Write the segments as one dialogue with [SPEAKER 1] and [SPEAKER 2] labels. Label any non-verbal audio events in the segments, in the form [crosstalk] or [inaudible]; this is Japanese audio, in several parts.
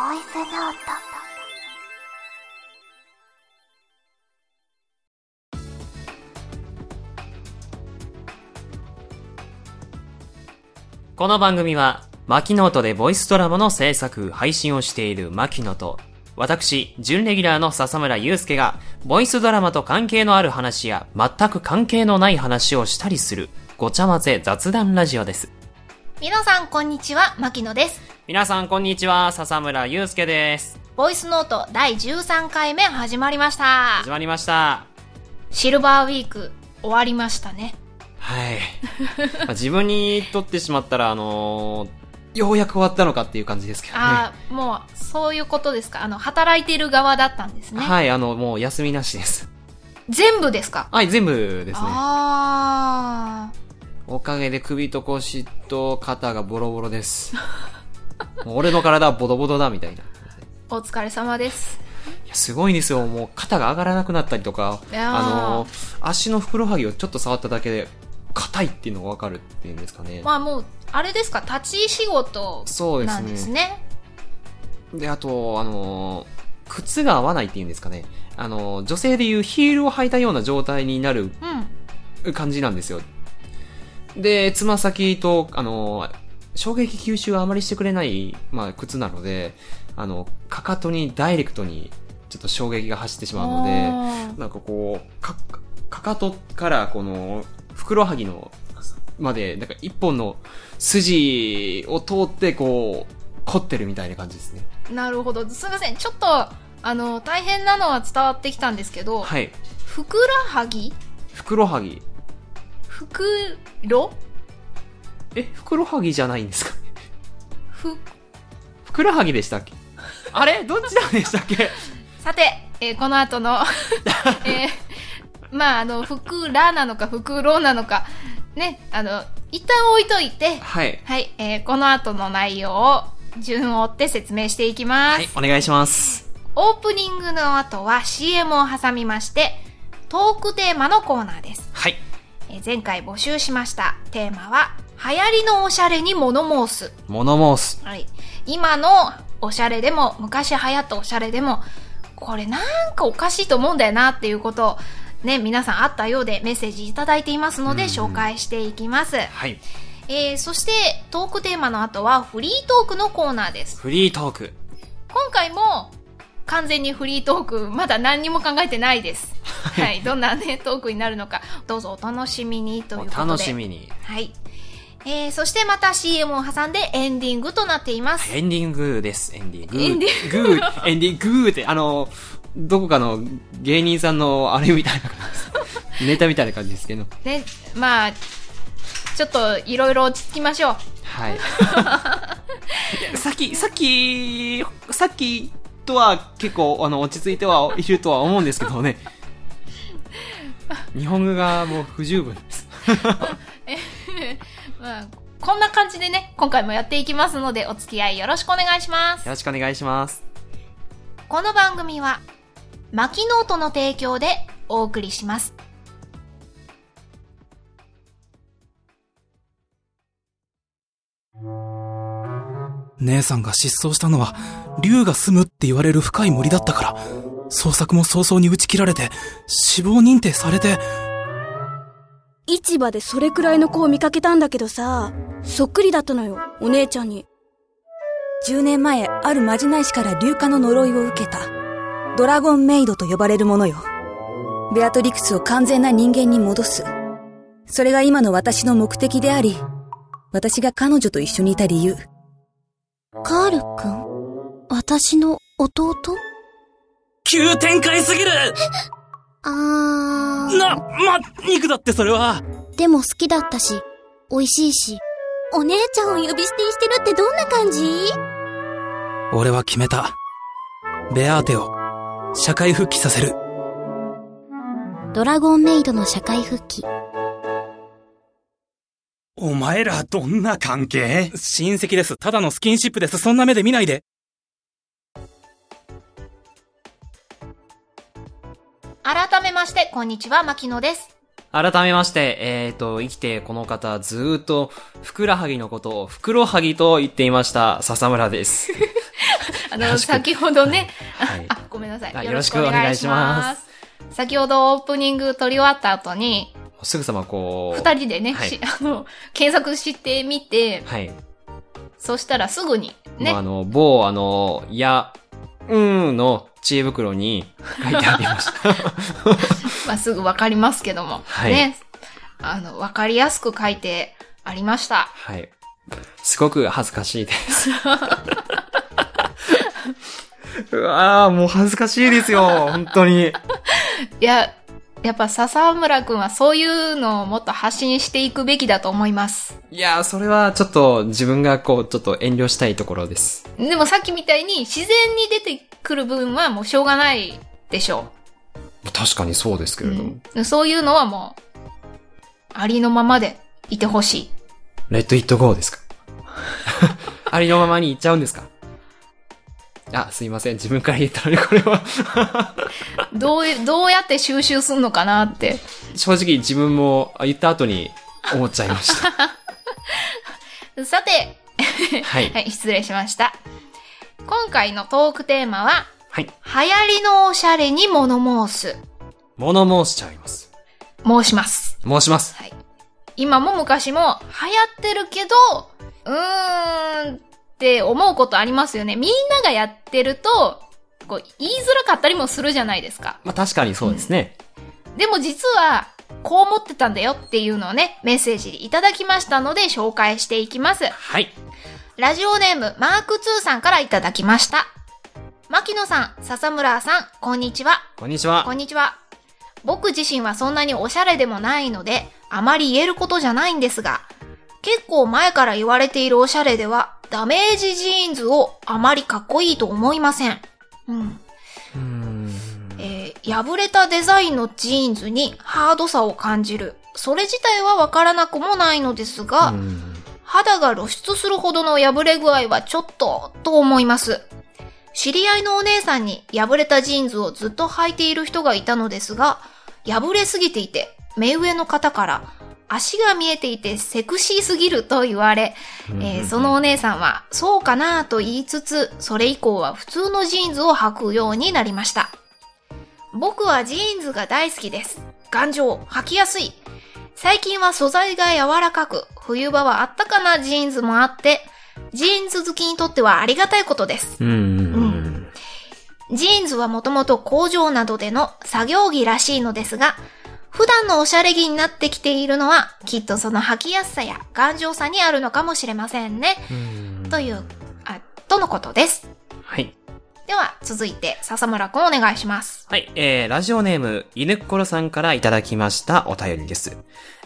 [SPEAKER 1] った
[SPEAKER 2] この番組は、牧野とでボイスドラマの制作、配信をしている牧野と、私、準レギュラーの笹村祐介が、ボイスドラマと関係のある話や、全く関係のない話をしたりする、ごちゃ混ぜ雑談ラジオです。
[SPEAKER 1] 皆さんこんにちは牧野です
[SPEAKER 2] 皆さん、こんにちは。笹村祐介です。
[SPEAKER 1] ボイスノート第13回目始まりました
[SPEAKER 2] 始まりました。
[SPEAKER 1] シルバーウィーク終わりましたね
[SPEAKER 2] [laughs] はい。まあ自分にとってしまったら、あのーようやく終わったのかっていう感じですけどね。
[SPEAKER 1] ああ、もうそういうことですかあの働いている側だったんですね、
[SPEAKER 2] はい、あの、もう休みなしです。
[SPEAKER 1] 全部ですか
[SPEAKER 2] はい、全部ですね。
[SPEAKER 1] ああ
[SPEAKER 2] おかげで首と腰と肩がボロボロです。 [laughs] もう俺の体はボドボドだみたいな。い
[SPEAKER 1] お疲れ様です
[SPEAKER 2] やすごいんですよ。もう肩が上がらなくなったりとか、
[SPEAKER 1] いやー
[SPEAKER 2] あの、足のふくらはぎをちょっと触っただけで、硬いっていうのがわかるっていうんですかね。
[SPEAKER 1] まあもうあれですか立ち仕事
[SPEAKER 2] そうです
[SPEAKER 1] な
[SPEAKER 2] ね。
[SPEAKER 1] ん
[SPEAKER 2] で
[SPEAKER 1] ですね
[SPEAKER 2] あと、あの、靴が合わないっていうんですかね。あの、女性でいうヒールを履いたような状態になる
[SPEAKER 1] うん
[SPEAKER 2] 感じなんですよ。で、つま先と、あの、衝撃吸収はあまりしてくれない、まあ、靴なので、あの、かかとにダイレクトに、ちょっと衝撃が走ってしまうので、
[SPEAKER 1] の
[SPEAKER 2] なんかこう、か、かかとから、この、ふくろはぎの、まで、なんか一本の筋を通って、こう、凝ってるみたいな感じですね。
[SPEAKER 1] なるほどすいませんちょっとあの大変なのは伝わってきたんですけど、
[SPEAKER 2] はい。
[SPEAKER 1] ふくらはぎ
[SPEAKER 2] ふくろはぎ。
[SPEAKER 1] ふくろ
[SPEAKER 2] え、ふくろはぎじゃないんですか [laughs]
[SPEAKER 1] ふ
[SPEAKER 2] ふくらはぎでしたっけあれどっちなんでしたっけ [laughs]
[SPEAKER 1] さて、えーこの後の、えーまああのふくらなのかふくろなのかねあの一旦置いといて
[SPEAKER 2] はい。
[SPEAKER 1] はい、えーこの後の内容を順を追って説明していきます、
[SPEAKER 2] はい、お願いします。
[SPEAKER 1] オープニングの後は CM を挟みましてトークテーマのコーナーです
[SPEAKER 2] はい。
[SPEAKER 1] えー前回募集しましたテーマは流行りのおしゃれに物申す、
[SPEAKER 2] モノ申す。
[SPEAKER 1] はい、今のおしゃれでも昔流行ったおしゃれでもこれなんかおかしいと思うんだよなっていうことをね皆さんあったようでメッセージいただいていますので
[SPEAKER 2] うんうん
[SPEAKER 1] 紹介していきます、
[SPEAKER 2] はい。
[SPEAKER 1] えーそしてトークテーマの後はフリートークのコーナーです
[SPEAKER 2] フリートーク。
[SPEAKER 1] 今回も完全にフリートークまだ何にも考えてない
[SPEAKER 2] [laughs]
[SPEAKER 1] ですはいどんなねトークになるのかどうぞお楽しみにという
[SPEAKER 2] お
[SPEAKER 1] ことで
[SPEAKER 2] 楽しみに。
[SPEAKER 1] はい。えー、そしてまた CM を挟んでエンディングとなっています。
[SPEAKER 2] エンディングです。エンディング。
[SPEAKER 1] エンデ
[SPEAKER 2] ィング。グー、エンディング、グーって、あの、どこかの芸人さんのあれみたいな感じです。ネタみたいな感じですけど。
[SPEAKER 1] ね、まあ、ちょっといろいろ落ち着きましょう。 [laughs]
[SPEAKER 2] はい。いやさっき、さっき、さっきとは結構、あの、落ち着いてはいるとは思うんですけど
[SPEAKER 1] [laughs]
[SPEAKER 2] ね。日本語がもう不十分です。
[SPEAKER 1] まあ、こんな感じでね、今回もやっていきますので、お付き合いよろしくお願いします
[SPEAKER 2] よ。ろしくお願いします。
[SPEAKER 1] この番組は、マキノートの提供でお送りします。
[SPEAKER 3] 姉さんが失踪したのは、竜が住むって言われる深い森だったから、捜索も早々に打ち切られて、死亡認定されて、
[SPEAKER 4] 市場でそれくらいの子を見かけたんだけどさ、そっくりだったのよ、お姉ちゃんに。
[SPEAKER 5] 10年前、あるまじない師から硫化の呪いを受けた。ドラゴンメイドと呼ばれるものよ。ベアトリクスを完全な人間に戻す。それが今の私の目的であり、私が彼女と一緒にいた理由。
[SPEAKER 4] カールくん私の弟
[SPEAKER 3] 急展開すぎる
[SPEAKER 4] あ
[SPEAKER 3] な、ま、肉だってそれは
[SPEAKER 4] ー。でも好きだったし、美味しいし。お姉ちゃんを呼び捨てにしてるってどんな感じ
[SPEAKER 3] 俺は決めた。ベアーテを、社会復帰させる。
[SPEAKER 4] ドラゴンメイドの社会復帰。
[SPEAKER 3] お前らどんな関係親戚です。ただのスキンシップです。そんな目で見ないで。
[SPEAKER 1] 改めまして、こんにちは、マキノです。
[SPEAKER 2] 改めまして、えっ、と、生きてこの方、ずーっ [laughs] と、ふくらはぎのことを、ふくろはぎと言っていました、笹村です。
[SPEAKER 1] あ
[SPEAKER 2] よ
[SPEAKER 1] の、
[SPEAKER 2] ろしく
[SPEAKER 1] 先ほどね、
[SPEAKER 2] はい
[SPEAKER 1] あ、ごめんなさ
[SPEAKER 2] あ
[SPEAKER 1] い。よろしくお願いし
[SPEAKER 2] よろしくお願
[SPEAKER 1] ま。
[SPEAKER 2] いします
[SPEAKER 1] 先ほどオープニング撮り終わった後に、
[SPEAKER 2] すぐさまこう。
[SPEAKER 1] 二人でね、
[SPEAKER 2] はい
[SPEAKER 1] しあの、検索してみて、
[SPEAKER 2] はい。
[SPEAKER 1] そしたらすぐに、ね
[SPEAKER 2] もうあ、の、某あの、や、うーんの知恵袋に書いてありま [laughs] した。
[SPEAKER 1] まあ、すぐわかりますけども、
[SPEAKER 2] はい
[SPEAKER 1] ね、あの、わかりやすく書いてありました。
[SPEAKER 2] はい。すごく恥ずかしい [laughs] です。うわーもう恥ずかしいですよ、本当に。
[SPEAKER 1] いや、やっぱ笹村くんはそういうのをもっと発信していくべきだと思います。
[SPEAKER 2] いやーそれはちょっと自分がこう、ちょっと遠慮したいところです。
[SPEAKER 1] でもさっきみたいに自然に出てくる分はもうしょうがないでしょ
[SPEAKER 2] 確かにそうですけ
[SPEAKER 1] う。うんそういうのはもう、ありのままでいてほしい。
[SPEAKER 2] レッドイットゴーですか [laughs] ありのままに言っちゃうんですかあ、すいません。自分から言ったのにこれは [laughs]
[SPEAKER 1] どうい、どうやって収集すんのかなって。
[SPEAKER 2] 正直自分もあ言った後に思っちゃいま [laughs] した。
[SPEAKER 1] さて、
[SPEAKER 2] はい。
[SPEAKER 1] はい、失礼しました。今回のトークテーマは、
[SPEAKER 2] はい。
[SPEAKER 1] 流行りのおしゃれに物申す。
[SPEAKER 2] 物申しちゃいます。
[SPEAKER 1] 申します。
[SPEAKER 2] 申します。
[SPEAKER 1] はい。今も昔も流行ってるけど、うーんって思うことありますよね。みんながやってると、こう、言いづらかったりもするじゃないですか。
[SPEAKER 2] まあ確かにそうですね。
[SPEAKER 1] でも実は、こう思ってたんだよっていうのをね、メッセージいただきましたので紹介していきます。
[SPEAKER 2] はい。
[SPEAKER 1] ラジオネーム、マーク2さんからいただきました。牧野さん、笹村さん、こんにちは。
[SPEAKER 2] こんにち
[SPEAKER 1] こ
[SPEAKER 2] は。
[SPEAKER 1] んにちは。僕自身はそんなにおしゃれでもないので、あまり言えることじゃないんですが、結構前から言われているおしゃれでは、ダメージジーンズをあまりかっこいいと思いません。うん。
[SPEAKER 2] うーん。
[SPEAKER 1] えー破れたデザインのジーンズにハードさを感じる。それ自体はわからなくもないのですが、
[SPEAKER 2] うん
[SPEAKER 1] 肌が露出するほどの破れ具合はちょっと、と思います。知り合いのお姉さんに破れたジーンズをずっと履いている人がいたのですが、破れすぎていて、目上の方から、足が見えていてセクシーすぎると言われ、えーそのお姉さんは、そうかなと言いつつ、それ以降は普通のジーンズを履くようになりました。僕はジーンズが大好きです。頑丈、履きやすい。最近は素材が柔らかく、冬場はあったかなジーンズもあって、ジーンズ好きにとってはありがたいことです。
[SPEAKER 2] うんうんうんうん。
[SPEAKER 1] ジーンズはもともと工場などでの作業着らしいのですが、普段のおしゃれ着になってきているのは、きっとその履きやすさや頑丈さにあるのかもしれませんね。という、あ、とのことです。
[SPEAKER 2] はい。
[SPEAKER 1] では、続いて、笹村くんお願いします。
[SPEAKER 2] はい、えー、ラジオネーム、犬っころさんからいただきましたお便りです。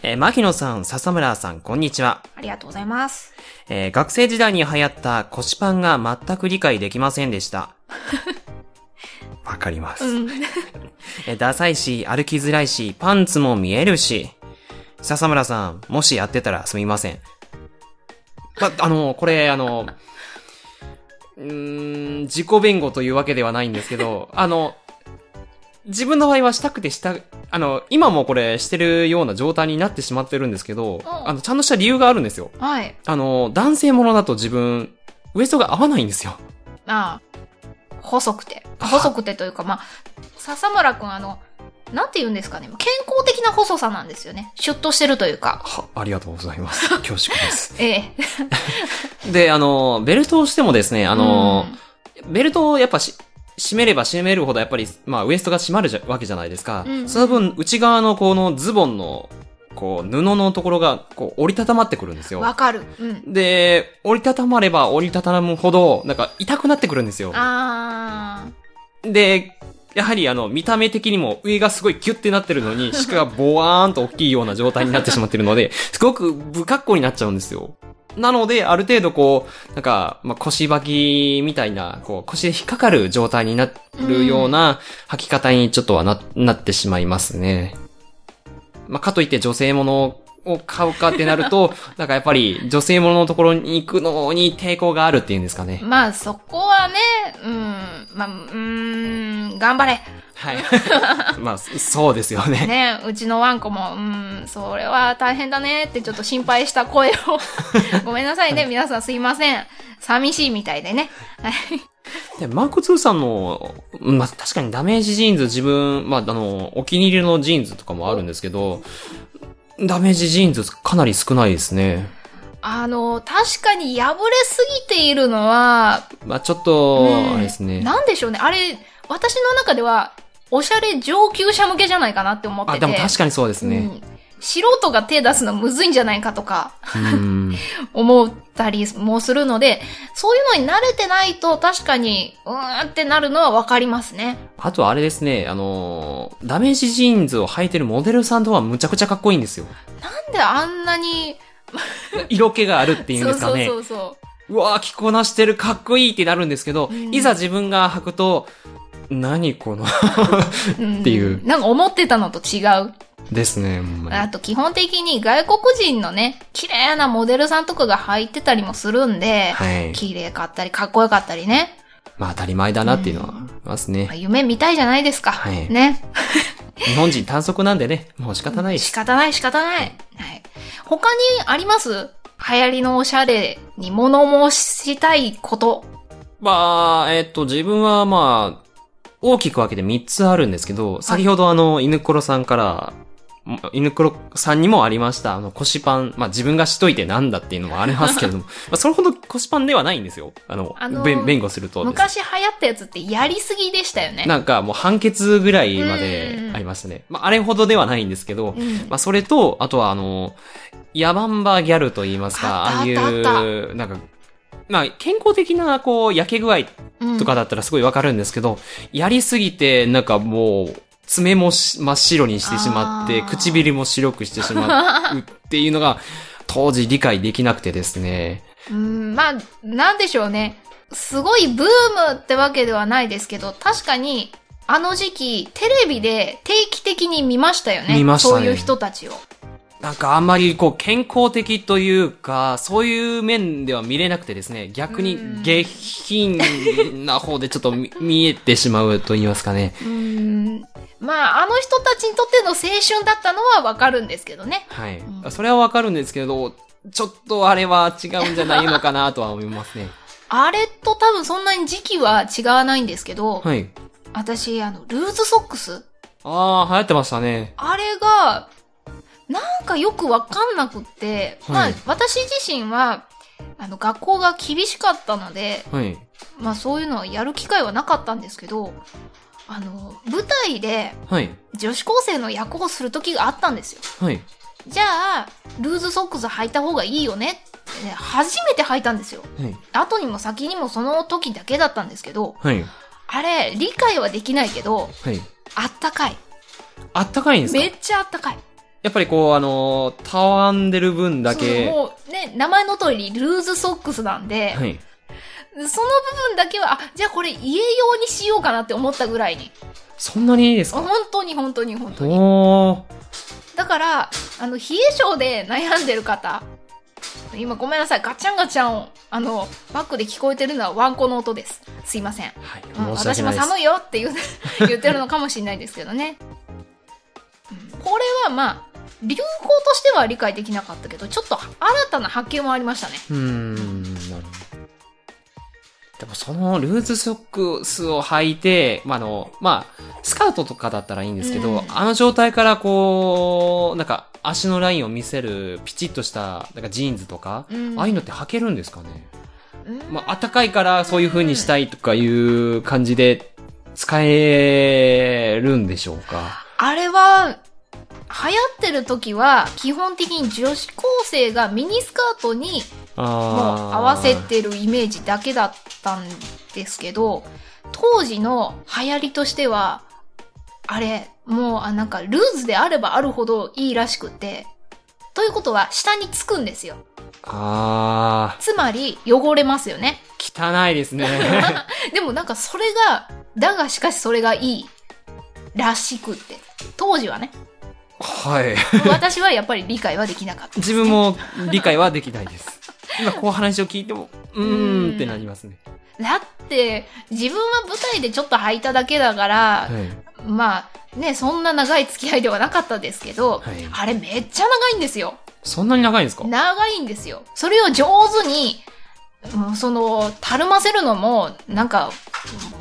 [SPEAKER 2] えー、牧野さん、笹村さん、こんにちは。
[SPEAKER 1] ありがとうございます。
[SPEAKER 2] えー、学生時代に流行った腰パンが全く理解できませんでした。 [laughs] わかります。
[SPEAKER 1] うん。
[SPEAKER 2] えーダサいし、歩きづらいし、パンツも見えるし。笹村さん、もしやってたらすみません。ま、あの、これ、あの、うーん、自己弁護というわけではないんですけど、あの、自分の場合はしたくてした、あの、今もこれしてるような状態になってしまってるんですけど、
[SPEAKER 1] ん
[SPEAKER 2] あの、ちゃんとした理由があるんですよ。
[SPEAKER 1] はい。
[SPEAKER 2] あの、男性ものだと自分、ウエストが合わないんですよ。
[SPEAKER 1] ああ、細くて。細くてというか、まあ、笹村くん、あの、なんて言うんですかね。健康的な細さなんですよね。シュッとしてるというか。
[SPEAKER 2] は、ありがとうござい
[SPEAKER 1] [laughs]
[SPEAKER 2] ます。恐縮です。
[SPEAKER 1] ええ。
[SPEAKER 2] で、あの、ベルトをしてもですね、あ
[SPEAKER 1] あ
[SPEAKER 2] の、ベルトをやっぱし、締めれば締めるほどやっぱり、まあウエストが締まるじゃわけじゃないですか。
[SPEAKER 1] うん
[SPEAKER 2] その分、内側のこのズボンの、こう、布のところが、こう、折りたたまってくるんです
[SPEAKER 1] わ
[SPEAKER 2] よ。
[SPEAKER 1] かる。うん。
[SPEAKER 2] で、折りたたまれば折りたたむほど、なんか痛くなってくるんですよ。
[SPEAKER 1] あ
[SPEAKER 2] で、やはりあの、見た目的にも上がすごいキュッてなってるの [laughs] に、下がボワーンと大きいような状態になってしまってるので、すごく不格好になっちゃうんですよ。なので、ある程度こう、なんか、まあ、腰履きみたいな、こう、腰で引っかかる状態になるような履き方にちょっとはな、なってしまいますね。まあ、かといって女性ものを買うかってなる [laughs] と、なんかやっぱり女性もののところに行くのに抵抗があるっていうんですか
[SPEAKER 1] あ。
[SPEAKER 2] ね。
[SPEAKER 1] まあ、そこはね、うん。まあ、うーん、頑張れ。
[SPEAKER 2] はい。 [laughs] まあ、そうですよね。 [laughs]
[SPEAKER 1] ね、うちのワンコも、うん、それは大変だねってちょっと心配し
[SPEAKER 2] [laughs]
[SPEAKER 1] た声を。ごめんなさいね、皆さんすいません。寂しいみたいでね。はい。
[SPEAKER 2] で、マーク2さんの、まあ、確かにダメージジーンズ自分、まあ、あの、お気に入りのジーンズとかもあるんですけど、ダメージジーンズかなり少ないですね。
[SPEAKER 1] あの、確かに破れすぎているのは、
[SPEAKER 2] まあ、ちょっと、
[SPEAKER 1] うん
[SPEAKER 2] あれですね。
[SPEAKER 1] なんでしょうね。あれ、私の中では、おしゃれ上級者向けじゃないかなって思ってて。
[SPEAKER 2] あ、でも確かにそうです
[SPEAKER 1] う
[SPEAKER 2] ね。
[SPEAKER 1] ん素人が手出すのむずいんじゃないかとか [laughs]
[SPEAKER 2] うん。
[SPEAKER 1] 思ったりもするので、そういうのに慣れてないと確かに、うーんってなるのはわかりますね。
[SPEAKER 2] あとはあれですね、あのー、ダメージジーンズを履いてるモデルさんとはむちゃくちゃかっこいいんですよ。
[SPEAKER 1] なんであんなに、
[SPEAKER 2] 色気があるっていうんですかね。
[SPEAKER 1] そうそうそう
[SPEAKER 2] わー、着こなしてる、かっこいいってなるんですけど、
[SPEAKER 1] ん
[SPEAKER 2] いざ自分が履くと、何この、 [laughs]
[SPEAKER 1] うそう。ん
[SPEAKER 2] っていう
[SPEAKER 1] なんか思ってたのと違う。
[SPEAKER 2] ですね、ほんまに
[SPEAKER 1] あと基本的に外国人のね、綺麗なモデルさんとかが履いてたりもするんで、
[SPEAKER 2] はい。
[SPEAKER 1] 綺麗かったり、かっこよかったりね。
[SPEAKER 2] まあ当たり前だなっていうのはありますね。
[SPEAKER 1] 夢見たいじゃないですか。
[SPEAKER 2] はい
[SPEAKER 1] ね。
[SPEAKER 2] 日本人短足なんでね、もう仕方ないし。
[SPEAKER 1] 仕方ない仕方ない。はい。他にあります流行りのおしゃれに物申したいこと。
[SPEAKER 2] まあ、えっと、自分はまあ、大きく分けて3つあるんですけど、先ほどあの、犬黒さんから、も犬黒さんにもありました、あの、腰パン。まあ自分がしといてなんだっていうのもありますけ
[SPEAKER 1] [laughs]
[SPEAKER 2] れども、まあそれほど腰パンではないんですよ。あの、
[SPEAKER 1] あの
[SPEAKER 2] 弁弁護するとです。
[SPEAKER 1] 昔流行ったやつってやりすぎでしたよね。
[SPEAKER 2] なんかもう判決ぐらいまでありましたね。まああれほどではないんですけど、
[SPEAKER 1] うん
[SPEAKER 2] まあ、それと、あとは、あの、野蛮場ギャルと言いますか、
[SPEAKER 1] あった
[SPEAKER 2] ああい
[SPEAKER 1] あった
[SPEAKER 2] う、なんか、まあ、健康的な、こう、焼け具合とかだったらすごいわかるんですけど、やりすぎて、なんかもう、爪もし真っ白にしてしまって、
[SPEAKER 1] あー
[SPEAKER 2] 唇も白くしてしまうっていうのが、当時理解できなくてですね。
[SPEAKER 1] うん、まあ、なんでしょうね。すごいブームってわけではないですけど、確かに、あの時期、テレビで定期的に見ましたよね。
[SPEAKER 2] 見ましたね
[SPEAKER 1] そういう人たちを。
[SPEAKER 2] なんかあんまりこう健康的というか、そういう面では見れなくてですね、逆に下品な方でちょっと見見えてしまうと言いますかね。
[SPEAKER 1] うん。まあ、あの人たちにとっての青春だったのはわかるんですけどね。
[SPEAKER 2] はい。それはわかるんですけど、ちょっとあれは違うんじゃないのかなとは思いますね。
[SPEAKER 1] あれと多分そんなに時期は違わないんですけど、
[SPEAKER 2] [laughs] はい。
[SPEAKER 1] 私、あの、ルーズソックス
[SPEAKER 2] ああ、流行ってましたね。
[SPEAKER 1] あれが、なんかよくわかんなくって、
[SPEAKER 2] はい
[SPEAKER 1] まあ、私自身は、あの、学校が厳しかったので、
[SPEAKER 2] はい。
[SPEAKER 1] まあそういうのをやる機会はなかったんですけど、あの、舞台で
[SPEAKER 2] はい。
[SPEAKER 1] 女子高生の役をする時があったんですよ。
[SPEAKER 2] はい。
[SPEAKER 1] じゃあ、ルーズソックス履いた方がいいよねってね、初めて履いたんですよ。
[SPEAKER 2] はい。
[SPEAKER 1] 後にも先にもその時だけだったんですけど、
[SPEAKER 2] はい。
[SPEAKER 1] あれ、理解はできないけど、
[SPEAKER 2] はい。
[SPEAKER 1] あったかい。
[SPEAKER 2] あったかいんですか
[SPEAKER 1] めっちゃあったかい。
[SPEAKER 2] やっぱりこう、あのーたわんでる分だけ。
[SPEAKER 1] そうもうね、名前の通りルーズソックスなんで、
[SPEAKER 2] はい。
[SPEAKER 1] その部分だけは、あ、じゃあこれ家用にしようかなって思ったぐらいに。
[SPEAKER 2] そんなにいいです
[SPEAKER 1] 本
[SPEAKER 2] か
[SPEAKER 1] 当に本当に本当に。
[SPEAKER 2] おー。
[SPEAKER 1] だから、あの、冷え性で悩んでる方、今ごめんなさい、ガチャンガチャンを、あの、バックで聞こえてるのはワンコの音です。すいません。
[SPEAKER 2] はい。
[SPEAKER 1] うん
[SPEAKER 2] 申し訳な
[SPEAKER 1] 私も
[SPEAKER 2] いです。
[SPEAKER 1] 寒いよって言う [laughs] 言ってるのかもしれないですけどね。うんこれはまあ、流行としては理解できなかったけど、ちょっと新たな発見もありましたね。
[SPEAKER 2] うーん、なるほど。でもそのルーズソックスを履いて、まあ、あの、まあ、スカートとかだったらいいんですけど、
[SPEAKER 1] うん
[SPEAKER 2] あの状態からこう、なんか足のラインを見せるピチッとした、なんかジーンズとか、
[SPEAKER 1] うん
[SPEAKER 2] ああいうのって履けるんですかね。
[SPEAKER 1] うん
[SPEAKER 2] まあ、暖かいからそういう風にしたいとかいう感じで使えるんでしょうか。
[SPEAKER 1] あれは、流行ってる時は、基本的に女子高生がミニスカートに
[SPEAKER 2] あ
[SPEAKER 1] もう
[SPEAKER 2] あ。
[SPEAKER 1] 合わせてるイメージだけだったんですけど、当時の流行りとしては、あれ、もう、あ、なんか、ルーズであればあるほどいいらしくて、ということは、下につくんですよ。
[SPEAKER 2] ああ、
[SPEAKER 1] つまり、汚れますよね。
[SPEAKER 2] 汚いです
[SPEAKER 1] [laughs]
[SPEAKER 2] ね。
[SPEAKER 1] でもなんか、それが、だがしかしそれがいい、らしくって。当時はね、
[SPEAKER 2] はい。
[SPEAKER 1] 私はやっぱり理解はできなかった。
[SPEAKER 2] 自分も理解はできない
[SPEAKER 1] [laughs]
[SPEAKER 2] です。今こう話を聞いても、うーんってなりますね。
[SPEAKER 1] だって、自分は舞台でちょっと履いただけだから、
[SPEAKER 2] はい。
[SPEAKER 1] まあ、ね、そんな長い付き合いではなかったですけど、
[SPEAKER 2] はい
[SPEAKER 1] あれめっちゃ長いんですよ。
[SPEAKER 2] そんなに長いんですか
[SPEAKER 1] 長いんですよ。それを上手に、もうその、たるませるのも、なんか、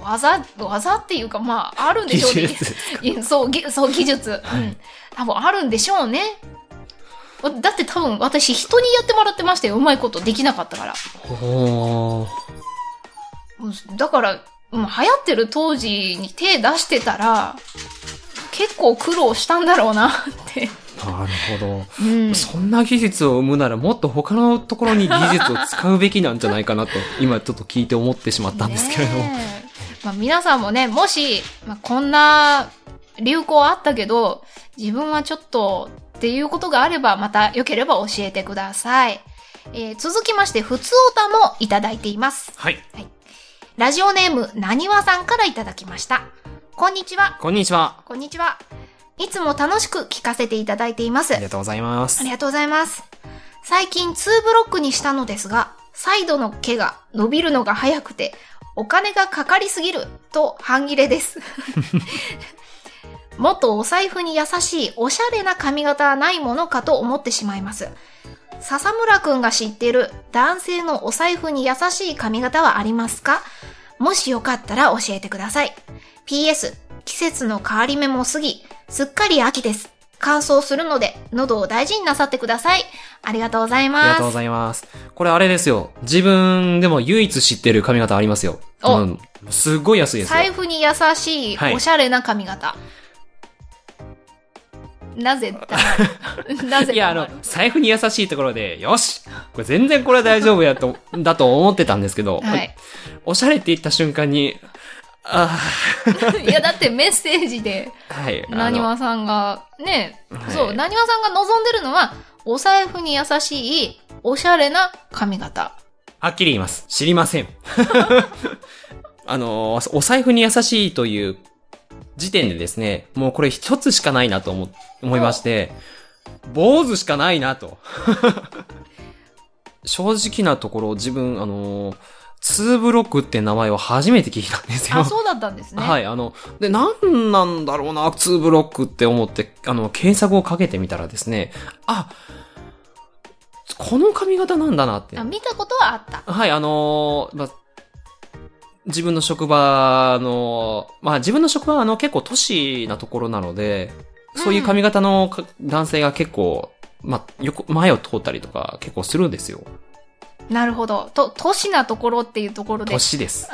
[SPEAKER 1] 技、技っていうか、まあ、あるんでしょうね。
[SPEAKER 2] 技術
[SPEAKER 1] いやそう、ぎそう、技術。うん。多分あるんでしょうね。だって多分私人にやってもらってましたよ。うまいことできなかったから。
[SPEAKER 2] ほー。
[SPEAKER 1] うんだから、うん流行ってる当時に手出してたら、結構苦労したんだろうなって。
[SPEAKER 2] なるほど。
[SPEAKER 1] うん。
[SPEAKER 2] そんな技術を生むならもっと他のところに技術を使うべきなんじゃないか
[SPEAKER 1] [laughs]
[SPEAKER 2] なと、今ちょっと聞いて思ってしまったんですけれども。
[SPEAKER 1] ねえまあ、皆さんもね、もし、まあ、こんな流行あったけど、自分はちょっとっていうことがあれば、また良ければ教えてください。えー続きまして、普通おたもいただいています。
[SPEAKER 2] はい。
[SPEAKER 1] ラジオネーム、なにわさんからいただきました。こんにちは。
[SPEAKER 2] こんにちは。
[SPEAKER 1] こんにちは。いつも楽しく聞かせていただいています。
[SPEAKER 2] ありがとうございます
[SPEAKER 1] あり。がとうございます。最近2ブロックにしたのですが、サイドの毛が伸びるのが早くて、お金がかかりすぎると半切れです。 [laughs] もっとお財布に優しいおしゃれな髪型はないものかと思ってしまいます。笹村くんが知ってる男性のお財布に優しい髪型はありますかもしよかったら教えてください。PS、季節の変わり目も過ぎ、すっかり秋です。乾燥するので、喉を大事になさってください。ありがとうござい
[SPEAKER 2] ありが
[SPEAKER 1] ま
[SPEAKER 2] とう
[SPEAKER 1] す
[SPEAKER 2] ご。ざいます。これあれですよ。自分でも唯一知ってる髪型ありますよ。
[SPEAKER 1] お
[SPEAKER 2] うん。すっごい安いです
[SPEAKER 1] 財
[SPEAKER 2] よ。
[SPEAKER 1] 布に優しい、
[SPEAKER 2] はい
[SPEAKER 1] おしゃれな髪型。なぜ黙
[SPEAKER 2] [laughs]
[SPEAKER 1] るなぜ
[SPEAKER 2] いや、あ
[SPEAKER 1] 黙
[SPEAKER 2] の
[SPEAKER 1] る、
[SPEAKER 2] 財布に優しいところで、よしこれ全然これは大丈夫やと、 [laughs] だと思ってたんですけど、
[SPEAKER 1] はい。
[SPEAKER 2] おしゃれって言った瞬間に、あ
[SPEAKER 1] いや、だってメッセージで、
[SPEAKER 2] あ、はい。あの
[SPEAKER 1] なにわさんが、ね、
[SPEAKER 2] はい
[SPEAKER 1] そう、なにわさんが望んでるのは、お財布に優しい、おしゃれな髪
[SPEAKER 2] [laughs]
[SPEAKER 1] 型。
[SPEAKER 2] はっきり言います。知りません。 [laughs] あの、お財布に優しいという時点でですね、もうこれ一つしかないなと思、思いまして、坊主しかないなと。 [laughs] 正直なところ自分、あの、ツーブロックって名前を初めて聞いたんですよ。
[SPEAKER 1] あ、そうだったんですね。
[SPEAKER 2] はい、あの、で、なんなんだろうな、ツーブロックって思って、あの、検索をかけてみたらですね、あ、この髪型なんだなって。
[SPEAKER 1] あ見たことはあった。
[SPEAKER 2] はい、あのーまあ、自分の職場の、まあ、自分の職場はあの結構都市なところなので、そういう髪型のか男性が結構、まあ、よく、前を通ったりとか結構するんですよ。
[SPEAKER 1] なるほど。と、都市なところっていうところで、
[SPEAKER 2] 都
[SPEAKER 1] [laughs] んっ
[SPEAKER 2] 市です。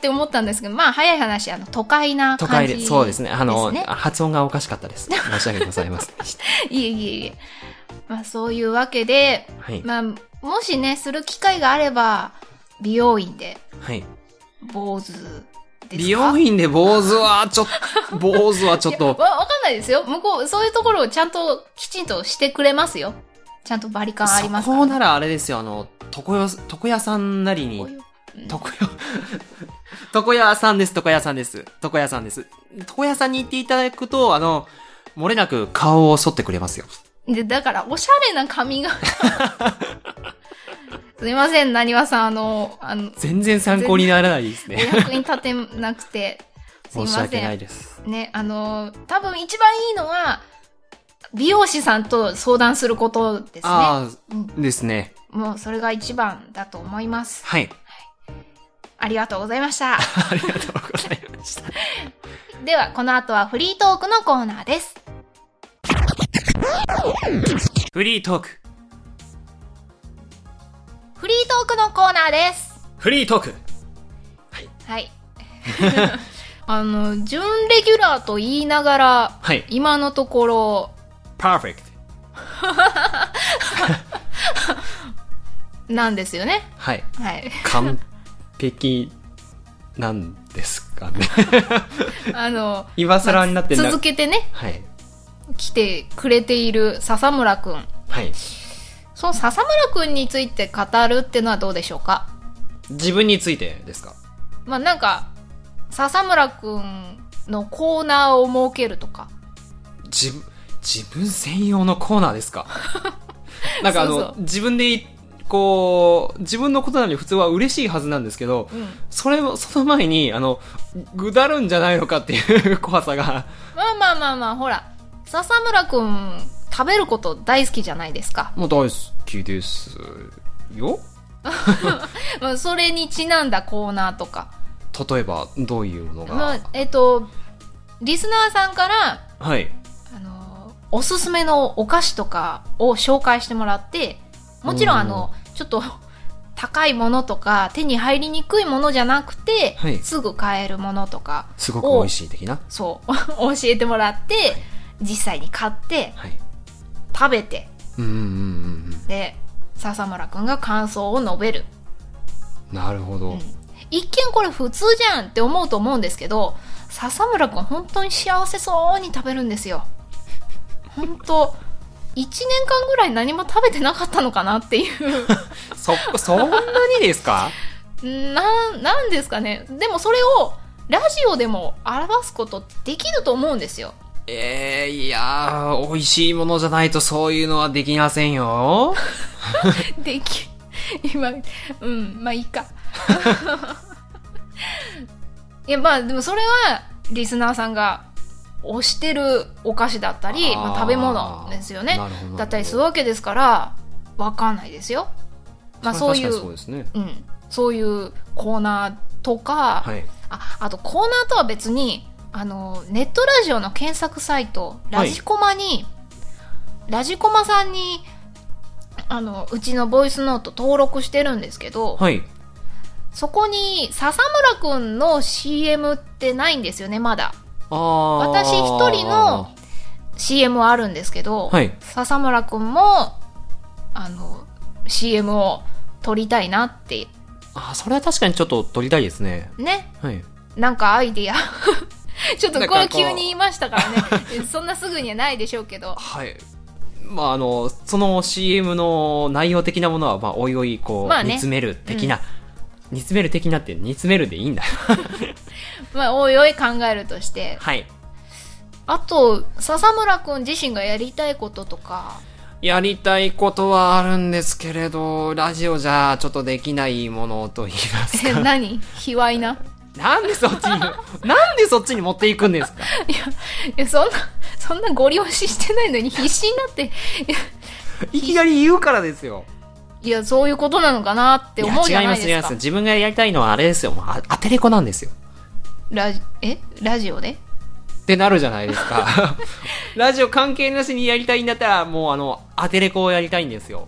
[SPEAKER 1] て思ったんですけど、まあ、早い話、あの、都会な
[SPEAKER 2] 都
[SPEAKER 1] 感
[SPEAKER 2] 会
[SPEAKER 1] じ。
[SPEAKER 2] で、そうですね。あの、
[SPEAKER 1] ですね
[SPEAKER 2] 発音がおかしかったです。申し訳ございませんで
[SPEAKER 1] [laughs]
[SPEAKER 2] した。
[SPEAKER 1] いえいえいえ。まあ、そういうわけで、
[SPEAKER 2] はい。
[SPEAKER 1] まあ、もしね、する機会があれば、美容院で、
[SPEAKER 2] はい。
[SPEAKER 1] 坊主ですか
[SPEAKER 2] 美容院で坊主は、ちょっと、
[SPEAKER 1] [laughs]
[SPEAKER 2] 坊主はちょっ
[SPEAKER 1] いやわ、
[SPEAKER 2] と、
[SPEAKER 1] わかんないですよ。向こう、そういうところをちゃんときちんとしてくれますよ。ちゃんとバリカンあります
[SPEAKER 2] そ
[SPEAKER 1] から
[SPEAKER 2] こならあれですよ、あの、床屋、床屋さんなりに
[SPEAKER 1] こう、いう
[SPEAKER 2] 床屋、 [laughs] 床屋さんです、床屋さんです、床屋さんです。床屋さんに行っていただくと、あの、漏れなく顔を剃ってくれますよ。
[SPEAKER 1] で、だから、おしゃれな髪が。 [laughs] すいません、なにわさん、あの、あの、
[SPEAKER 2] 全然参考にならないです
[SPEAKER 1] お
[SPEAKER 2] ね。
[SPEAKER 1] 役に立てなくて、す
[SPEAKER 2] 申
[SPEAKER 1] いま
[SPEAKER 2] し
[SPEAKER 1] せん。
[SPEAKER 2] 訳ないです。
[SPEAKER 1] ね、あの、多分一番いいのは、美容師さんと相談することですね。
[SPEAKER 2] ああ、
[SPEAKER 1] う
[SPEAKER 2] ですね。
[SPEAKER 1] もうそれが一番だと思います。 [laughs]
[SPEAKER 2] はい。
[SPEAKER 1] ありがとうございました。
[SPEAKER 2] あ
[SPEAKER 1] [laughs]
[SPEAKER 2] りがとうございました。
[SPEAKER 1] では、この後はフリートークのコーナーです。
[SPEAKER 2] フリートーク。
[SPEAKER 1] フリートークのコーナーです。
[SPEAKER 2] フリートーク。
[SPEAKER 1] はい。 [laughs] あの、準レギュラーと言いながら、
[SPEAKER 2] はい
[SPEAKER 1] 今のところ、
[SPEAKER 2] パーフェクト。
[SPEAKER 1] なんですよね。
[SPEAKER 2] はい。 [laughs]
[SPEAKER 1] はい。
[SPEAKER 2] 完璧なんですかね。
[SPEAKER 1] あの、
[SPEAKER 2] 今更になってな
[SPEAKER 1] 続けてね、
[SPEAKER 2] はい。
[SPEAKER 1] 来てくれている笹村くん。
[SPEAKER 2] はい。
[SPEAKER 1] その笹村くんについて語るってのはどうでしょうか
[SPEAKER 2] 自分についてですか
[SPEAKER 1] まあなんか、笹村くんのコーナーを設けるとか。
[SPEAKER 2] 自分、自分専用のコーナー
[SPEAKER 1] [laughs]
[SPEAKER 2] ですかなんかあの、
[SPEAKER 1] そうそう
[SPEAKER 2] 自分でい、こう、自分のことなのに普通は嬉しいはずなんですけど、
[SPEAKER 1] うん。
[SPEAKER 2] それも、その前に、あの、ぐだるんじゃないのかっていう怖さが、
[SPEAKER 1] まあまあまあまあ、ほら、笹村くん食べること大好きじゃないですか。
[SPEAKER 2] もう大好きですよ。
[SPEAKER 1] まあそれにちなんだコーナーとか。
[SPEAKER 2] 例えば、どういうものが、
[SPEAKER 1] まあ、えっと、リスナーさんから、
[SPEAKER 2] はい。
[SPEAKER 1] あの、おすすめのお菓子とかを紹介してもらって、もちろん
[SPEAKER 2] うん
[SPEAKER 1] あの、ちょっと高いものとか手に入りにくいものじゃなくて、
[SPEAKER 2] はい
[SPEAKER 1] すぐ買えるものとか、
[SPEAKER 2] すごく美味しい的な。
[SPEAKER 1] そう、 [laughs] 教えてもらって、実際に買って、
[SPEAKER 2] はい。
[SPEAKER 1] 食べて、
[SPEAKER 2] うんうんうん
[SPEAKER 1] で、笹村くんが感想を述べる。
[SPEAKER 2] うん。なるほど。
[SPEAKER 1] うん一見これ普通じゃんって思うと思うんですけど笹村くん本当に幸せそうに食べるんですよ本当1年間ぐらい何も食べてなかったのかなっていう [laughs]
[SPEAKER 2] そ、そんなにですか
[SPEAKER 1] なんなんですかねでもそれをラジオでも表すことできると思うんですよ
[SPEAKER 2] ええいやー、美味しいものじゃないとそういうのはできませんよ。
[SPEAKER 1] でき今うんまあいいか [laughs] いやまあでもそれはリスナーさんが推してるお菓子だったり
[SPEAKER 2] あー
[SPEAKER 1] まあ、食べ物ですよね
[SPEAKER 2] なるほどなるほど
[SPEAKER 1] だったりするわけですからわかんないですよまあそうい
[SPEAKER 2] 確か
[SPEAKER 1] う
[SPEAKER 2] にそうですね。
[SPEAKER 1] うん、そういうコーナーとか、
[SPEAKER 2] はい。
[SPEAKER 1] ああとコーナーとは別にあのネットラジオの検索サイトラジコマに、ラジコマさんにあのうちのボイスノート登録してるんですけど、
[SPEAKER 2] はい。
[SPEAKER 1] そこに笹村くんの CM ってないんですよねまだ
[SPEAKER 2] あー
[SPEAKER 1] 私一人の CM はあるんですけど、
[SPEAKER 2] はい
[SPEAKER 1] 笹村くんもあの CM を撮りたいなって
[SPEAKER 2] あ、それは確かにちょっと取りたいですね。
[SPEAKER 1] ね
[SPEAKER 2] はい。
[SPEAKER 1] なんかアイディア。 [laughs] ちょっ
[SPEAKER 2] な
[SPEAKER 1] とこれ
[SPEAKER 2] んかこう
[SPEAKER 1] 急に言いましたからね。 [laughs] そんなすぐにはないでしょうけど。
[SPEAKER 2] はい。まあ、あの、その CM の内容的なものは、まあ、おいおい、こう、
[SPEAKER 1] まあ
[SPEAKER 2] 煮
[SPEAKER 1] ね
[SPEAKER 2] 詰める的な、煮詰める的なって、煮詰めるでいいんだ。
[SPEAKER 1] まあ、おいおい考えるとして。
[SPEAKER 2] [laughs] はい。
[SPEAKER 1] あと、笹村くん自身がやりたいこととか。
[SPEAKER 2] やりたいことはあるんですけれど、ラジオじゃちょっとできないものと言います
[SPEAKER 1] え、
[SPEAKER 2] か。
[SPEAKER 1] [laughs] 何卑猥な。
[SPEAKER 2] なんでそっちに、なんでそっちに持っていくんですか
[SPEAKER 1] いや、いや、そんな、そんなご利用ししてないのに必死になって、いや
[SPEAKER 2] いきなり言うからですよ。
[SPEAKER 1] いや、そういうことなのかなって思うじゃない
[SPEAKER 2] や違いま
[SPEAKER 1] で
[SPEAKER 2] すす、違います。
[SPEAKER 1] か。
[SPEAKER 2] 自分がやりたいのはあれですよ。もうあアテレコなんですよ。
[SPEAKER 1] ラジ、えラジオで
[SPEAKER 2] ってなるじゃないです [laughs] か。ラジオ関係なしにやりたいんだったら、もうあの、アテレコをやりたいんですよ。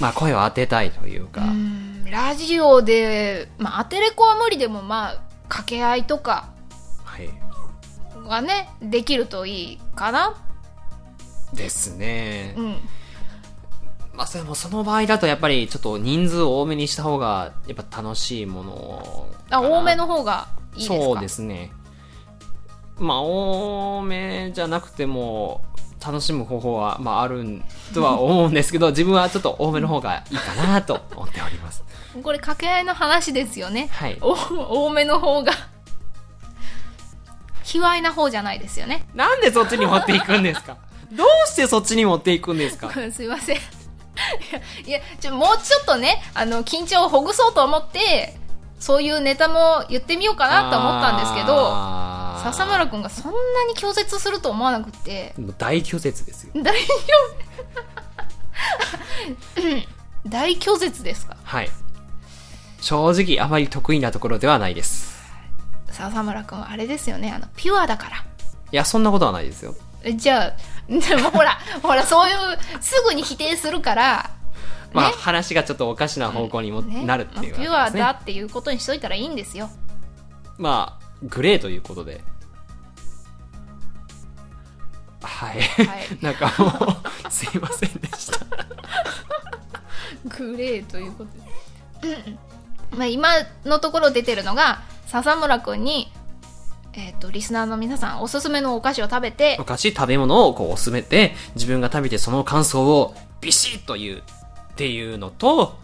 [SPEAKER 2] まあ声を当てたいというか。
[SPEAKER 1] うん、ラジオで、まあ、アテレコは無理でも、まあ、掛け合いとか、
[SPEAKER 2] はい。
[SPEAKER 1] がねできるといいかな
[SPEAKER 2] ですね
[SPEAKER 1] う。ん
[SPEAKER 2] まあそれもその場合だとやっぱりちょっと人数を多めにした方が、やっぱ楽しいもの
[SPEAKER 1] あ
[SPEAKER 2] かな
[SPEAKER 1] 多めの方がいいですか
[SPEAKER 2] そうですね。まあ多めじゃなくても、楽しむ方法は、まああるんとは思うんですけど、自分はちょっと多めの方がいいかなと思っております。
[SPEAKER 1] これ掛け合いの話ですよね
[SPEAKER 2] はい。
[SPEAKER 1] お多めの方が卑猥な方じゃ [laughs] ないですよね [laughs]
[SPEAKER 2] なんでそっちに持っていくんですか [laughs] どうしてそっちに持っていくんですか
[SPEAKER 1] すいませんいやいやちょもうちょっとねあの緊張をほぐそうと思ってそういうネタも言ってみようかなと思ったんですけど
[SPEAKER 2] あー
[SPEAKER 1] 笹村くんがそんなに拒絶すると思わなくて
[SPEAKER 2] もう大拒絶ですよ。
[SPEAKER 1] 大拒大拒絶ですか
[SPEAKER 2] はい。正直、あまり得意なところではないです。
[SPEAKER 1] 笹村くんはあれですよねあのピュアだから
[SPEAKER 2] いや、そんなことはないですよ。
[SPEAKER 1] えじゃあ [laughs] でもほらほらそういうすぐに否定するから
[SPEAKER 2] まあ、
[SPEAKER 1] ね
[SPEAKER 2] 話がちょっとおかしな方向にも、
[SPEAKER 1] ね
[SPEAKER 2] なるっていう
[SPEAKER 1] まあピュ
[SPEAKER 2] わ
[SPEAKER 1] ア
[SPEAKER 2] けですね
[SPEAKER 1] だっていうことにしといたらいいんですよ
[SPEAKER 2] まあ、グレーということで。はい。
[SPEAKER 1] い
[SPEAKER 2] [laughs] なんかもう、すいませんでした。
[SPEAKER 1] グレーということで、うんまあ、今のところ出てるのが笹村くんにえっ、とリスナーの皆さんおすすめのお菓子を食べて
[SPEAKER 2] お菓子、食べ物をこう、おすすめて、自分が食べてその感想を、ビシッと言うっていうのと、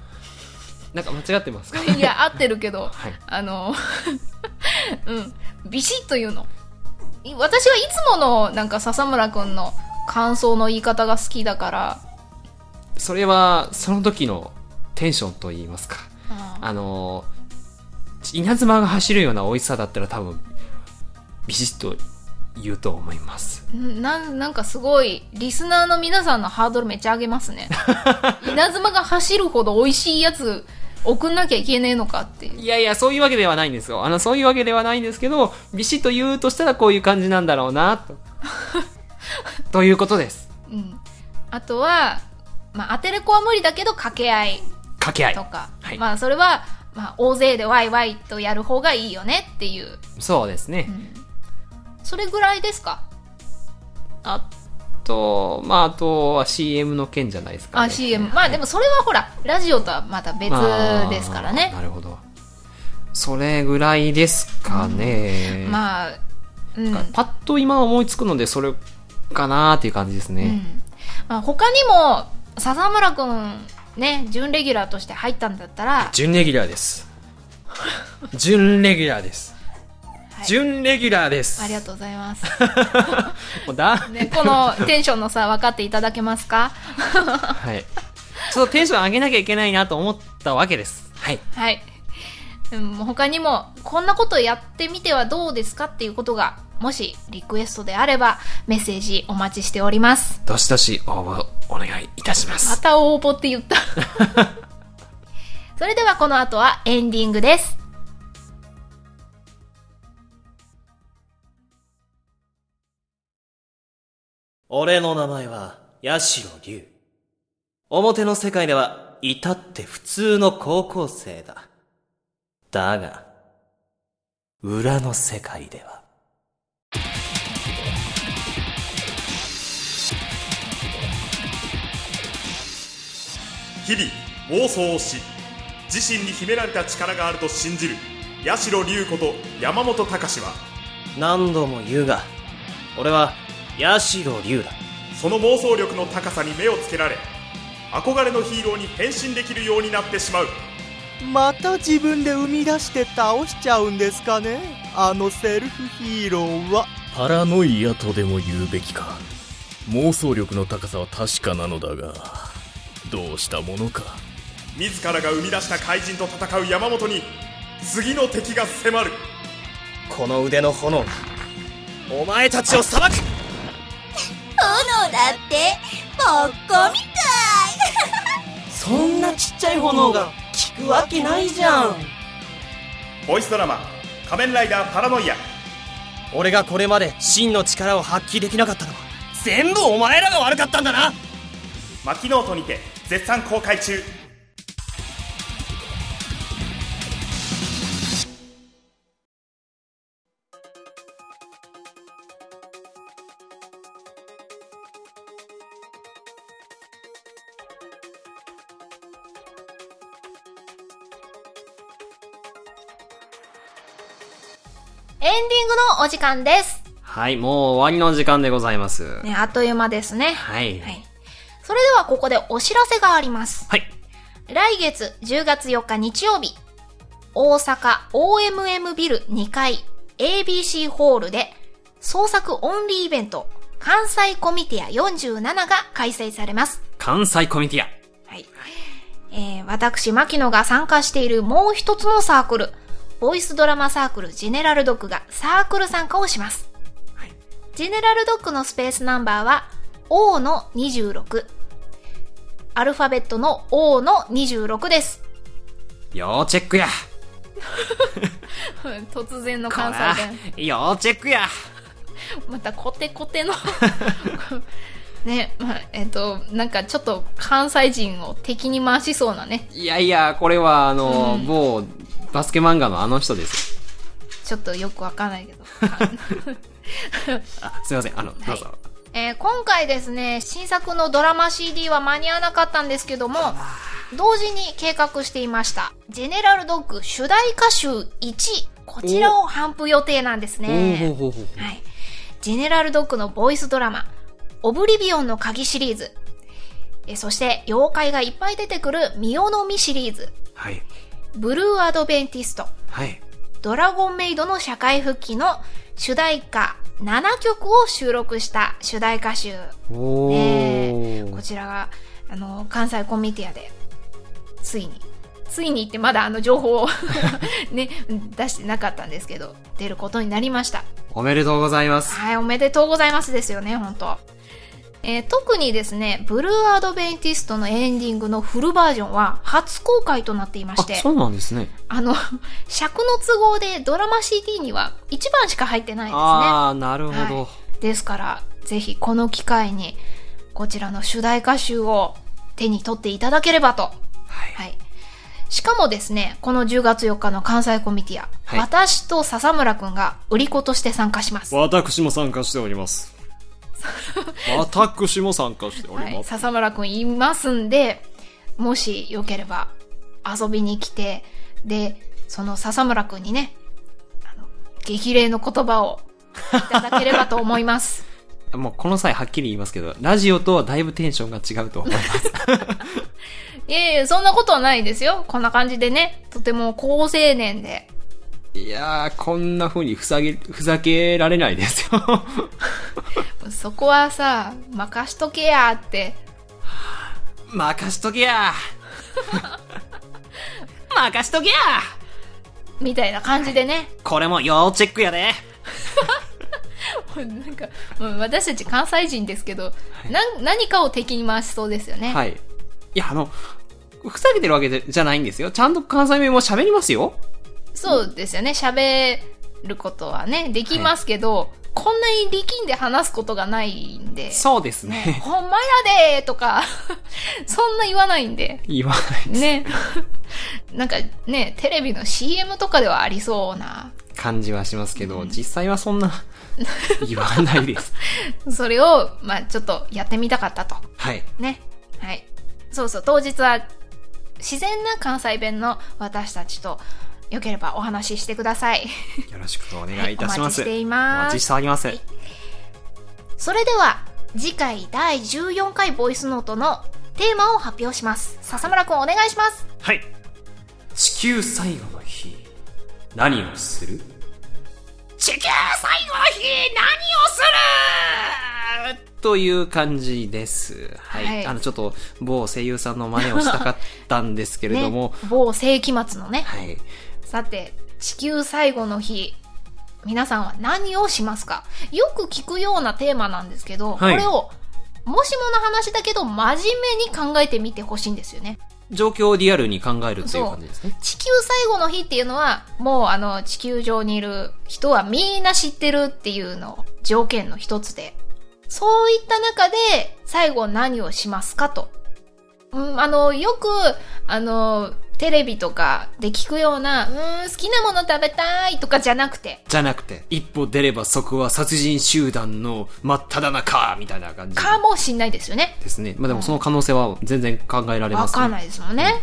[SPEAKER 2] なんか間違ってますか
[SPEAKER 1] いや合ってるけど、
[SPEAKER 2] はい
[SPEAKER 1] あの [laughs] うんビシッと言うのい私はいつものなんか笹村くんの感想の言い方が好きだから
[SPEAKER 2] それは、その時のテンションと言いますか。あのー、稲妻が走るような美味しさだったら多分、ビシッと言うと思います。
[SPEAKER 1] んなんなんかすごいリス
[SPEAKER 2] [laughs]
[SPEAKER 1] ナーの皆さんのハードルめっちゃ上げますね稲妻が走るほど美味しいやつ送んなきゃいけねえのかっていう。
[SPEAKER 2] いやいや、そういうわけではないんですよ。あの、そういうわけではないんですけど、ビシッと言うとしたらこういう感じなんだろうな、
[SPEAKER 1] [laughs]
[SPEAKER 2] と。ということです。
[SPEAKER 1] うん。あとは、まあ、アテレコは無理だけど、掛け合い
[SPEAKER 2] 掛け合い
[SPEAKER 1] と。か。
[SPEAKER 2] はい
[SPEAKER 1] まあ、それは、まあ、大勢でワイワイとやる方がいいよねっていう。
[SPEAKER 2] そうですね。
[SPEAKER 1] それぐらいですか
[SPEAKER 2] あと、まあ、あとは CM の件じゃないですか、ね。
[SPEAKER 1] あ、CM。まあでもそれはほら、ラジオとはまた別ですから
[SPEAKER 2] あー
[SPEAKER 1] ね。
[SPEAKER 2] なるほど。それぐらいですかね。あ、
[SPEAKER 1] まあ、うん。
[SPEAKER 2] パッと今思いつくので、それかなっていう感じです
[SPEAKER 1] う
[SPEAKER 2] ね。
[SPEAKER 1] んまあ、他にも、笹村くん、ね、準レギュラーとして入ったんだったら、
[SPEAKER 2] 準、レギュラー
[SPEAKER 1] [laughs]
[SPEAKER 2] です。準レギュラーです。
[SPEAKER 1] はい
[SPEAKER 2] 準レギュラーです。
[SPEAKER 1] ありがとうございます。
[SPEAKER 2] もうだ、
[SPEAKER 1] ね、このテンションの差分かっていただけますか [laughs]
[SPEAKER 2] はい。ちょっとテンション上げなきゃいけないなと思ったわけです。はい。
[SPEAKER 1] はい。うん他にも、こんなことやってみてはどうですかっていうことが、もしリクエストであれば、メッセージお待ちしております。
[SPEAKER 2] どしどし応募お願いいたしま。
[SPEAKER 1] ますた応募って言った。それではこの後はエンディングです。
[SPEAKER 6] 俺の名前は、八代龍。表の世界では、至って普通の高校生だ。だが、裏の世界では。
[SPEAKER 7] 日々妄想をし自身に秘められた力があると信じる八代龍子と山本隆は
[SPEAKER 6] 何度も言うが、俺は、八代龍だ。
[SPEAKER 7] その妄想力の高さに目をつけられ憧れのヒーローに変身できるようになってしまう
[SPEAKER 8] また自分で生み出して倒しちゃうんですかねあのセルフヒーローは
[SPEAKER 9] パラノイアとでも言うべきか妄想力の高さは確かなのだがどうしたものか
[SPEAKER 7] 自らが生み出した怪人と戦う山本に次の敵が迫る
[SPEAKER 6] この腕の炎が、お前たちを裁く
[SPEAKER 5] 炎だってぼっこみたい
[SPEAKER 8] そんなちっちゃい炎が効くわけないじゃん
[SPEAKER 7] ボイスドラマ「仮面ライダーパラノイア」
[SPEAKER 6] 俺がこれまで真の力を発揮できなかったのは、全部お前らが悪かったんだな
[SPEAKER 7] マキノートにて絶賛公開中
[SPEAKER 1] エンディングのお時間です。
[SPEAKER 2] はい、もう終わりの時間でございます。
[SPEAKER 1] ね、あっという間ですね。
[SPEAKER 2] はい。
[SPEAKER 1] はい。それではここでお知らせがあります。
[SPEAKER 2] はい。
[SPEAKER 1] 来月10月4日日曜日、大阪 OMM ビル2階 ABC ホールで創作オンリーイベント関西コミティア47が開催されます。
[SPEAKER 2] 関西コミティア。
[SPEAKER 1] はい。えー、私、牧野が参加しているもう一つのサークル、ボイスドラマサークルジェネラルドッグがサークル参加をします。ジェネラルドッグのスペースナンバーは O の26。アルファベットの O の26です。
[SPEAKER 2] 要チェックや。
[SPEAKER 1] [laughs] 突然の
[SPEAKER 2] こら。要チェックや。
[SPEAKER 1] またコテコテの [laughs] ね、まあ、えっ、と、なんかちょっと関西人を敵に回しそうなね、
[SPEAKER 2] いやいや、これはあの、某バスケ漫画のあの人です。
[SPEAKER 1] ちょっとよくわかんないけど。
[SPEAKER 2] あ、すいません、あの、どうぞ。
[SPEAKER 1] えー今回ですね、新作のドラマ CD は間に合わなかったんですけども、同時に計画していました。ジェネラルドッグ主題歌集1、こちらを頒布予定なんですね。
[SPEAKER 2] ほうほう
[SPEAKER 1] はい。ジェネラルドッグのボイスドラマ、オブリビオンの鍵シリーズ、えーそして妖怪がいっぱい出てくるミオノミシリーズ、
[SPEAKER 2] はい。
[SPEAKER 1] ブルーアドベンティスト、
[SPEAKER 2] はい。
[SPEAKER 1] ドラゴンメイドの社会復帰の主題歌7曲を収録した主題歌集。
[SPEAKER 2] おー。
[SPEAKER 1] ねこちらが、あの、関西コミティアで、ついに、ついにってまだあの情報を [laughs] ね、出してなかったんですけど、出ることになりました。
[SPEAKER 2] おめでとうございます。
[SPEAKER 1] はい、おめでとうございますですよね、本当ええー特にですね、ブルーアドベンティストのエンディングのフルバージョンは初公開となっていま
[SPEAKER 2] あ
[SPEAKER 1] して、
[SPEAKER 2] そうなんですね
[SPEAKER 1] あの、尺の都合でドラマ CD には1番しか入ってないんですね。
[SPEAKER 2] ああなるほど、
[SPEAKER 1] はですから、ぜひこの機会に、こちらの主題歌集を手に取っていただければと。
[SPEAKER 2] はい
[SPEAKER 1] はい。しかもですね、この10月4日の関西コミティア、
[SPEAKER 2] はい
[SPEAKER 1] 私と笹村くんが売り子として参加します。は
[SPEAKER 10] 私も参加しております。私も参加しており
[SPEAKER 1] い、
[SPEAKER 2] [laughs]
[SPEAKER 10] ます。
[SPEAKER 1] 笹村くんいますんで、もしよければ遊びに来て、で、その笹村くんにね、あの、激励の言葉をいただければと思
[SPEAKER 2] [laughs]
[SPEAKER 1] います。
[SPEAKER 2] もうこの際はっきり言いますけどラジオとはだいぶテンションが違うと思います
[SPEAKER 1] いえいえ、そんなことはないですよ。こんな感じでね、とても高青年で。
[SPEAKER 2] [laughs] いやーこんな風にふざけふざけられないですよ
[SPEAKER 1] そこはさ、任しとけやって。
[SPEAKER 2] [laughs] 任しとけや [laughs]
[SPEAKER 1] 任しとけやみたいな感じでね。
[SPEAKER 2] これも要チェックやで
[SPEAKER 1] なんか、もう私たち関西人ですけど、なん何かを敵に回しそうですよね。
[SPEAKER 2] はい。いや、あの、ふざけてるわけでじゃないんですよ。ちゃんと関西弁も喋りますよ。
[SPEAKER 1] そうですよね。喋ることはね、できますけど、こんなに力んで話すことがないんで。
[SPEAKER 2] そうですね。
[SPEAKER 1] ほんまやでーとか、 [laughs] そんな言わないんで。
[SPEAKER 2] [laughs] 言わないです。 [laughs]
[SPEAKER 1] ね。なんかね、テレビの CM とかではありそうな、
[SPEAKER 2] 感じはしますけど、実際はそん
[SPEAKER 1] [laughs]
[SPEAKER 2] な、言わないです。
[SPEAKER 1] それを、まあちょっとやってみたかったと。
[SPEAKER 2] はい。
[SPEAKER 1] ね。はい。そうそう、当日は、自然な関西弁の私たちと、よければお話ししてください。 [laughs]
[SPEAKER 2] よろしくお願いいたし
[SPEAKER 1] お
[SPEAKER 2] ま
[SPEAKER 1] 待ち
[SPEAKER 2] す。
[SPEAKER 1] してい
[SPEAKER 2] お
[SPEAKER 1] ま
[SPEAKER 2] 待
[SPEAKER 1] す
[SPEAKER 2] ち。しております。
[SPEAKER 1] それでは、次回第14回ボイスノートのテーマを発表します。笹村くんお願いします。
[SPEAKER 10] はい。
[SPEAKER 2] 地球最後の日、何をする
[SPEAKER 11] 地球最後の日何をする
[SPEAKER 2] という感じです。はい。
[SPEAKER 1] はい
[SPEAKER 2] あの、ちょっと、某声優さんの真似をしたかったんですけれども、
[SPEAKER 1] ね、某世紀末 [laughs] のね。
[SPEAKER 2] はい。
[SPEAKER 1] さて、地球最後の日、皆さんは何をしますかよく聞くようなテーマなんですけど、
[SPEAKER 2] はい
[SPEAKER 1] これを、もしもの話だけど、真面目に考えてみてほしいんですよね。
[SPEAKER 2] 状況をリアルに考えるという感じですね。
[SPEAKER 1] 地球最後の日っていうのは、もうあの、地球上にいる人はみんな知ってるっていうのを条件の一つで、そういった中で、最後何をしますかと。うん、あの、よく、あの、テレビとかで聞くような、うん、好きなもの食べたいとかじゃなくて、
[SPEAKER 2] じゃなくて、一歩出ればそこは殺人集団の真っ只中みたいな感じ
[SPEAKER 1] かもしんないですよね。
[SPEAKER 2] ですね。まあでもその可能性は全然考えられ
[SPEAKER 1] わ
[SPEAKER 2] ます、ね。
[SPEAKER 1] かんないですもんね。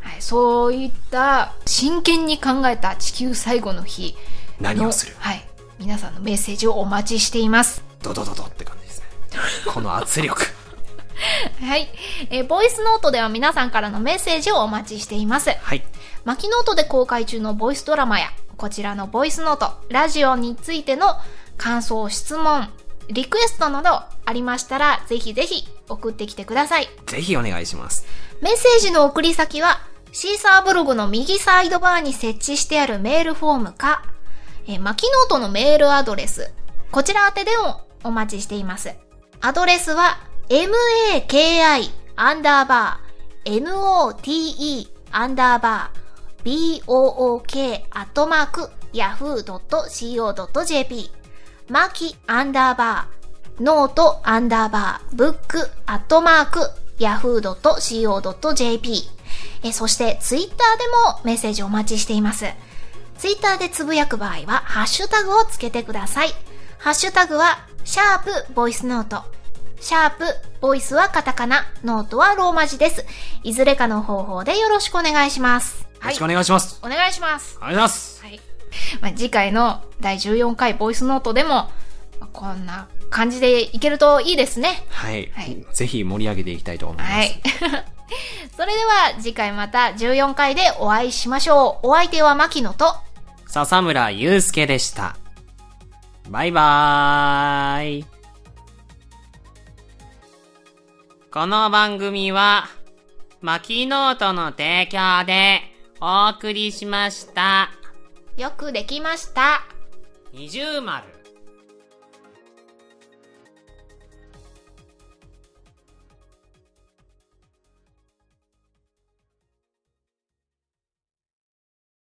[SPEAKER 1] はい、そういった真剣に考えた地球最後の日の
[SPEAKER 2] 何をする
[SPEAKER 1] はい、皆さんのメッセージをお待ちしています。
[SPEAKER 2] ドドドドって感じですね。この圧力。
[SPEAKER 1] はい、えーボイスノートでは皆さんからのメッセージをお待ちしています。
[SPEAKER 2] [laughs] はい。
[SPEAKER 1] マキノートで公開中のボイスドラマや、こちらのボイスノート、ラジオについての感想、質問、リクエストなどありましたら、ぜひぜひ送ってきてください。
[SPEAKER 2] ぜひお願いします。
[SPEAKER 1] メッセージの送り先は、シーサーブログの右サイドバーに設置してあるメールフォームか、えー、マキノートのメールアドレス、こちら宛てでもお待ちしています。アドレスは、maki アンダーバー、note アンダーバー、book アットマーク、yahoo.co.jp、マキアンダーバー、ノートアンダーバーブックアットマーク yahoo.co.jp えそしてツイッターでもメッセージお待ちしていますツイッターでつぶやく場合はハッシュタグをつけてくださいハッシュタグはシャープボイスノートシャープボイスはカタカナノートはローマ字ですいずれかの方法でよろしくお願いします
[SPEAKER 2] よろしくお願いします。
[SPEAKER 1] お願いします
[SPEAKER 2] ありがとうございます。
[SPEAKER 1] はい。まあ、次回の第14回ボイスノートでも、まあこんな感じでいけるといいですね。
[SPEAKER 2] はい。
[SPEAKER 1] はい
[SPEAKER 2] ぜひ盛り上げていきたいと思います。
[SPEAKER 1] はい。 [laughs] それでは次回また14回でお会いしましょう。お相手は牧野と、
[SPEAKER 2] 笹村祐介でした。バイバーイ。この番組は、マキノートの提供でお送りしました。
[SPEAKER 1] よくできました。
[SPEAKER 2] 二重丸。